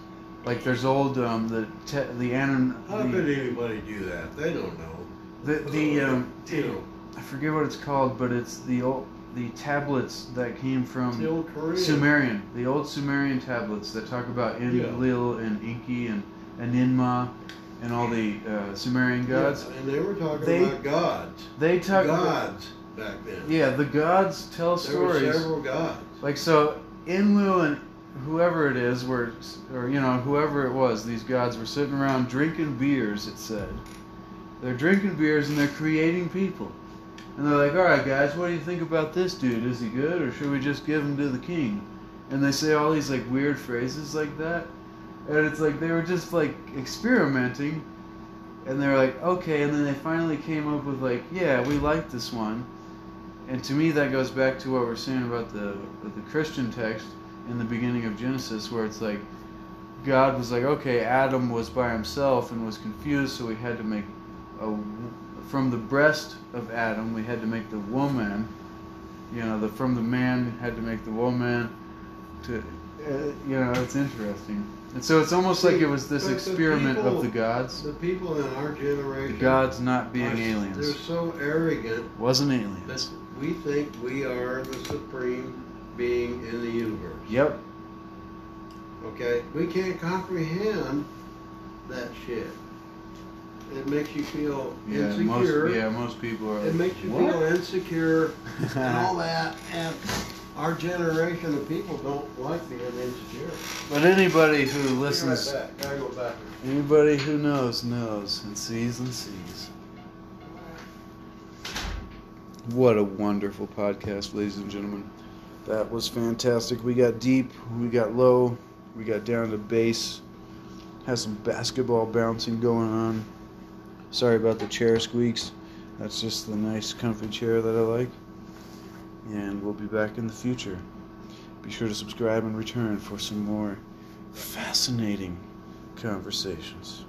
A: Like there's old um, the te- the anon
B: How
A: the
B: could anybody do that? They don't know. Oh,
A: the, the um,
B: You know,
A: I forget what it's called, but it's the old the tablets that came
B: it's the
A: from
B: old Korean.
A: um, Sumerian, the old Sumerian tablets that talk about Enlil and Enki and Enigma and all the uh, Sumerian
B: Yeah,
A: gods.
B: and they were talking
A: They-
B: about gods.
A: They talk
B: Gods back then.
A: yeah, the gods tell
B: there were
A: stories.
B: several gods.
A: Like so, Enlil and whoever it is were, or you know, whoever it was, these gods were sitting around drinking beers. It said they're drinking beers and they're creating people, and they're like, "All right, guys, what do you think about this dude? Is he good, or should we just give him to the king?" And they say all these like weird phrases like that, and it's like they were just like experimenting. And they're like, okay, and then they finally came up with like, yeah, we like this one. And to me, that goes back to what we're saying about the the Christian text in the beginning of Genesis, where it's like God was like, okay, Adam was by himself and was confused, so we had to make a w- from the breast of Adam, we had to make the woman you know, the from the man had to make the woman. To uh, you know, it's interesting. And so it's almost like it was this
B: But the
A: experiment
B: people-
A: of the gods.
B: The people in our
A: The
B: generation.
A: gods not being
B: are- They're
A: aliens.
B: so arrogant
A: Wasn't
B: that
A: aliens.
B: we think we are the supreme being in the universe.
A: Yep.
B: Okay? We can't comprehend that shit. It makes you feel
A: Yeah.
B: insecure.
A: Most. Yeah. Most people are.
B: It
A: like,
B: makes you
A: "What?"
B: feel insecure and
A: Uh-huh.
B: all that. And our generation of people don't like being insecure.
A: But anybody who
B: Be
A: listens,
B: Right back. Gotta go back.
A: anybody who knows knows and sees and sees. What a wonderful podcast, ladies and gentlemen. That was fantastic. We got deep, we got low, we got down to base. Has some basketball bouncing going on. Sorry about the chair squeaks. That's just the nice, comfy chair that I like. And we'll be back in the future. Be sure to subscribe and return for some more fascinating conversations.